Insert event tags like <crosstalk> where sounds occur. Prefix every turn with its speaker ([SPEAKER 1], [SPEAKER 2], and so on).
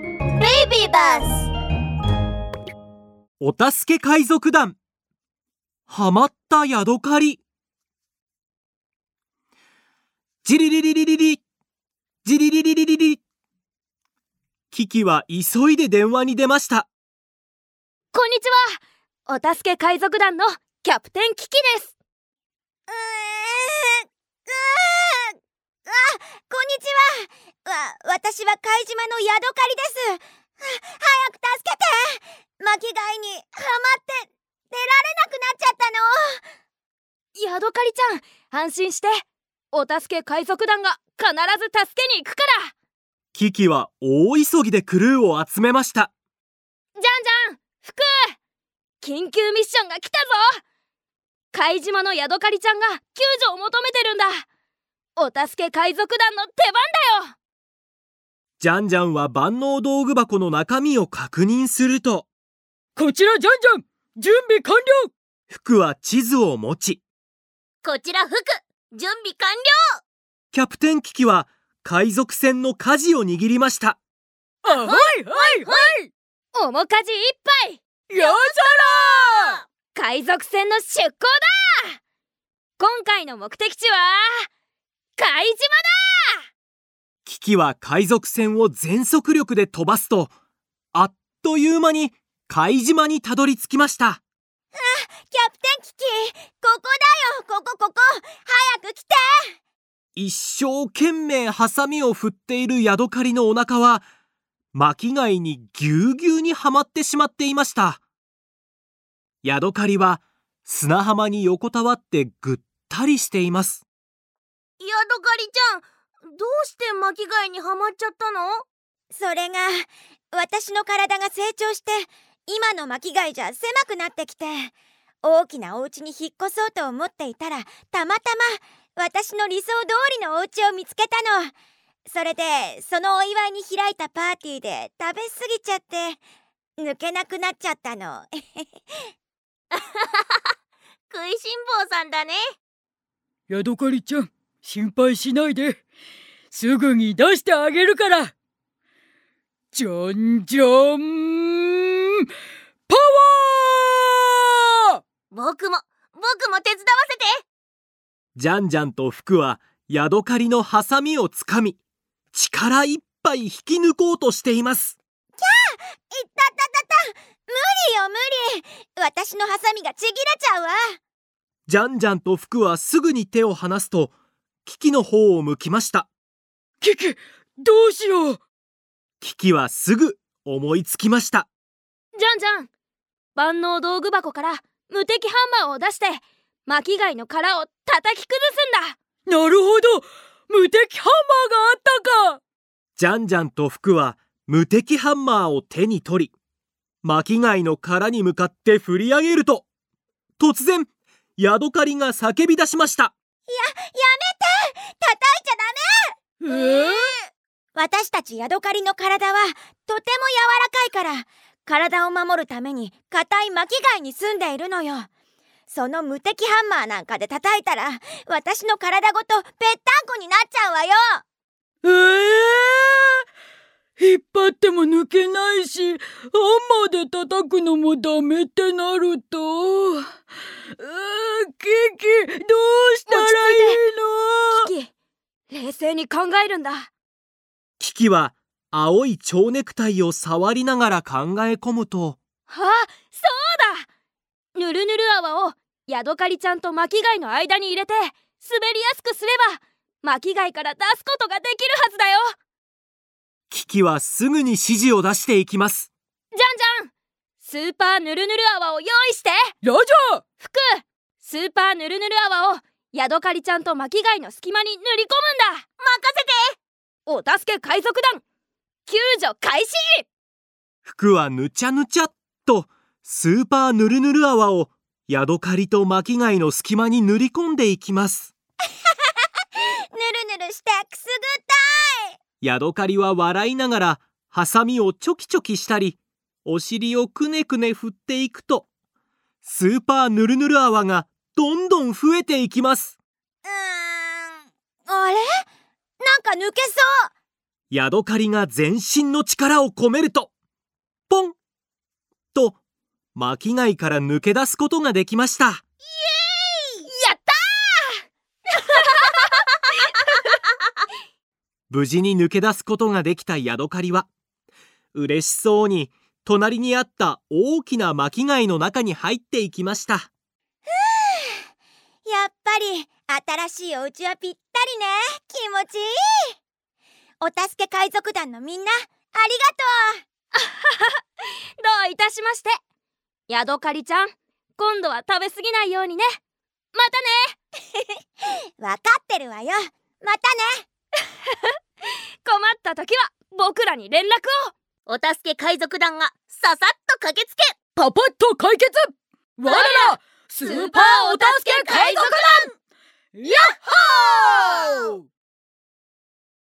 [SPEAKER 1] ビーバース
[SPEAKER 2] お助け海賊団ハマったヤドカリジリリリリリリジリリリリリリキキは急いで電話に出ました
[SPEAKER 3] こんにちはお助け海賊団のキャプテンキキです
[SPEAKER 1] うーんうーんあ、こんにちはわ、私は貝島のヤドカリですは早く助けて巻き貝にハマって出られなくなっちゃったの
[SPEAKER 3] ヤドカリちゃん安心してお助け海賊団が必ず助けに行くから
[SPEAKER 2] キキは大急ぎでクルーを集めました
[SPEAKER 3] じゃんじゃん福緊急ミッションが来たぞ貝島のヤドカリちゃんが救助を求めてるんだお助け海賊団の手番だよ
[SPEAKER 2] ジャンジャンは万能道具箱の中身を確認すると
[SPEAKER 4] こちらジャンジャン準備完了
[SPEAKER 2] 福は地図を持ち
[SPEAKER 1] こちら福準備完了
[SPEAKER 2] キャプテンキキは海賊船の舵を握りました
[SPEAKER 4] あはいはいは
[SPEAKER 3] 面舵一杯
[SPEAKER 4] いよ
[SPEAKER 3] 海賊船の出航だ今回の目的地は海島だ
[SPEAKER 2] キキは海賊船を全速力で飛ばすとあっという間に海島にたどり着きました
[SPEAKER 1] キャプテンキキここだよここここ早く来て
[SPEAKER 2] 一生懸命ハサミを振っているヤドカリのお腹は巻貝にぎゅうぎゅうにはまってしまっていましたヤドカリは砂浜に横たわってぐったりしています
[SPEAKER 1] ヤドカリちゃんどうして巻き貝にはまっちゃったのそれが私の体が成長して今の巻き貝じゃ狭くなってきて大きなお家に引っ越そうと思っていたらたまたま私の理想通りのお家を見つけたのそれでそのお祝いに開いたパーティーで食べ過ぎちゃって抜けなくなっちゃったの <laughs> 食いしん坊さんだね
[SPEAKER 4] うやらヤドカリちゃん心配しないですぐに出してあげるからジャンジャンパワー
[SPEAKER 1] 僕も僕も手伝わせて
[SPEAKER 2] ジャンジャンと福はヤドカリのハサミをつかみ力いっぱい引き抜こうとしています
[SPEAKER 1] いったったったった無理よ無理私のハサミがちぎれちゃうわ
[SPEAKER 2] ジャンジャンと福はすぐに手を離すとキキの方を向きました
[SPEAKER 4] キキどうしよう
[SPEAKER 2] キキはすぐ思いつきました
[SPEAKER 3] じゃんじゃん万能道具箱から無敵ハンマーを出して巻貝の殻を叩き崩すんだ
[SPEAKER 4] なるほど無敵ハンマーがあったか
[SPEAKER 2] ジャンジャンと福は無敵ハンマーを手に取り、巻貝の殻に向かって振り上げると、突然、ヤドカリが叫び出しました。
[SPEAKER 1] 叩いちゃ
[SPEAKER 4] え
[SPEAKER 1] ダメ私たちヤドカリの体はとても柔らかいから体を守るために硬い巻き貝に住んでいるのよその無敵ハンマーなんかで叩いたら私の体ごとぺったんこになっちゃうわよ
[SPEAKER 4] ええ引っ張っても抜けないし、ハンマーで叩くのもダメってなると。うーキキ、どうしたらいいの
[SPEAKER 3] キキ冷静に考えるんだ
[SPEAKER 2] キキは青い蝶ネクタイを触りながら考え込むと、
[SPEAKER 3] あそうだぬるぬる泡をヤドカリちゃんと巻貝の間に入れて滑りやすくすれば巻貝から出すことができるはずだよ
[SPEAKER 2] キキはすぐに指示を出していきます。
[SPEAKER 3] じゃんじゃんスーパーぬるぬる泡を用意して
[SPEAKER 4] ラジャー
[SPEAKER 3] 服スーパーぬるぬる泡をヤドカリちゃんと巻貝の隙間に塗り込むんだ任せてお助け海賊団救助開始
[SPEAKER 2] 福はぬちゃぬちゃっとスーパーぬるぬる泡をヤドカリと巻貝の隙間に塗り込んでいきます。
[SPEAKER 1] ぬるぬるしてくすぐった
[SPEAKER 2] ヤドカリは笑いながらハサミをチョキチョキしたりお尻をくねくね振っていくとスーパーヌルヌル泡がどんどん増えていきます
[SPEAKER 1] うーんあれなんか抜けそう
[SPEAKER 2] ヤドカリが全身の力を込めるとポンと巻き貝から抜け出すことができました。
[SPEAKER 3] やった
[SPEAKER 2] 無事に抜け出すことができたヤドカリは嬉しそうに隣にあった大きな巻き貝の中に入っていきました
[SPEAKER 1] やっぱり新しいお家はぴったりね気持ちいいお助け海賊団のみんなありがとう
[SPEAKER 3] どういたしましてヤドカリちゃん今度は食べ過ぎないようにねまたね
[SPEAKER 1] わかってるわよまたね
[SPEAKER 3] <laughs> 困った時は僕らに連絡をお助け海賊団がささっと駆けつけ
[SPEAKER 4] パパッと解決我らスーパーお助け海賊団ヤッホー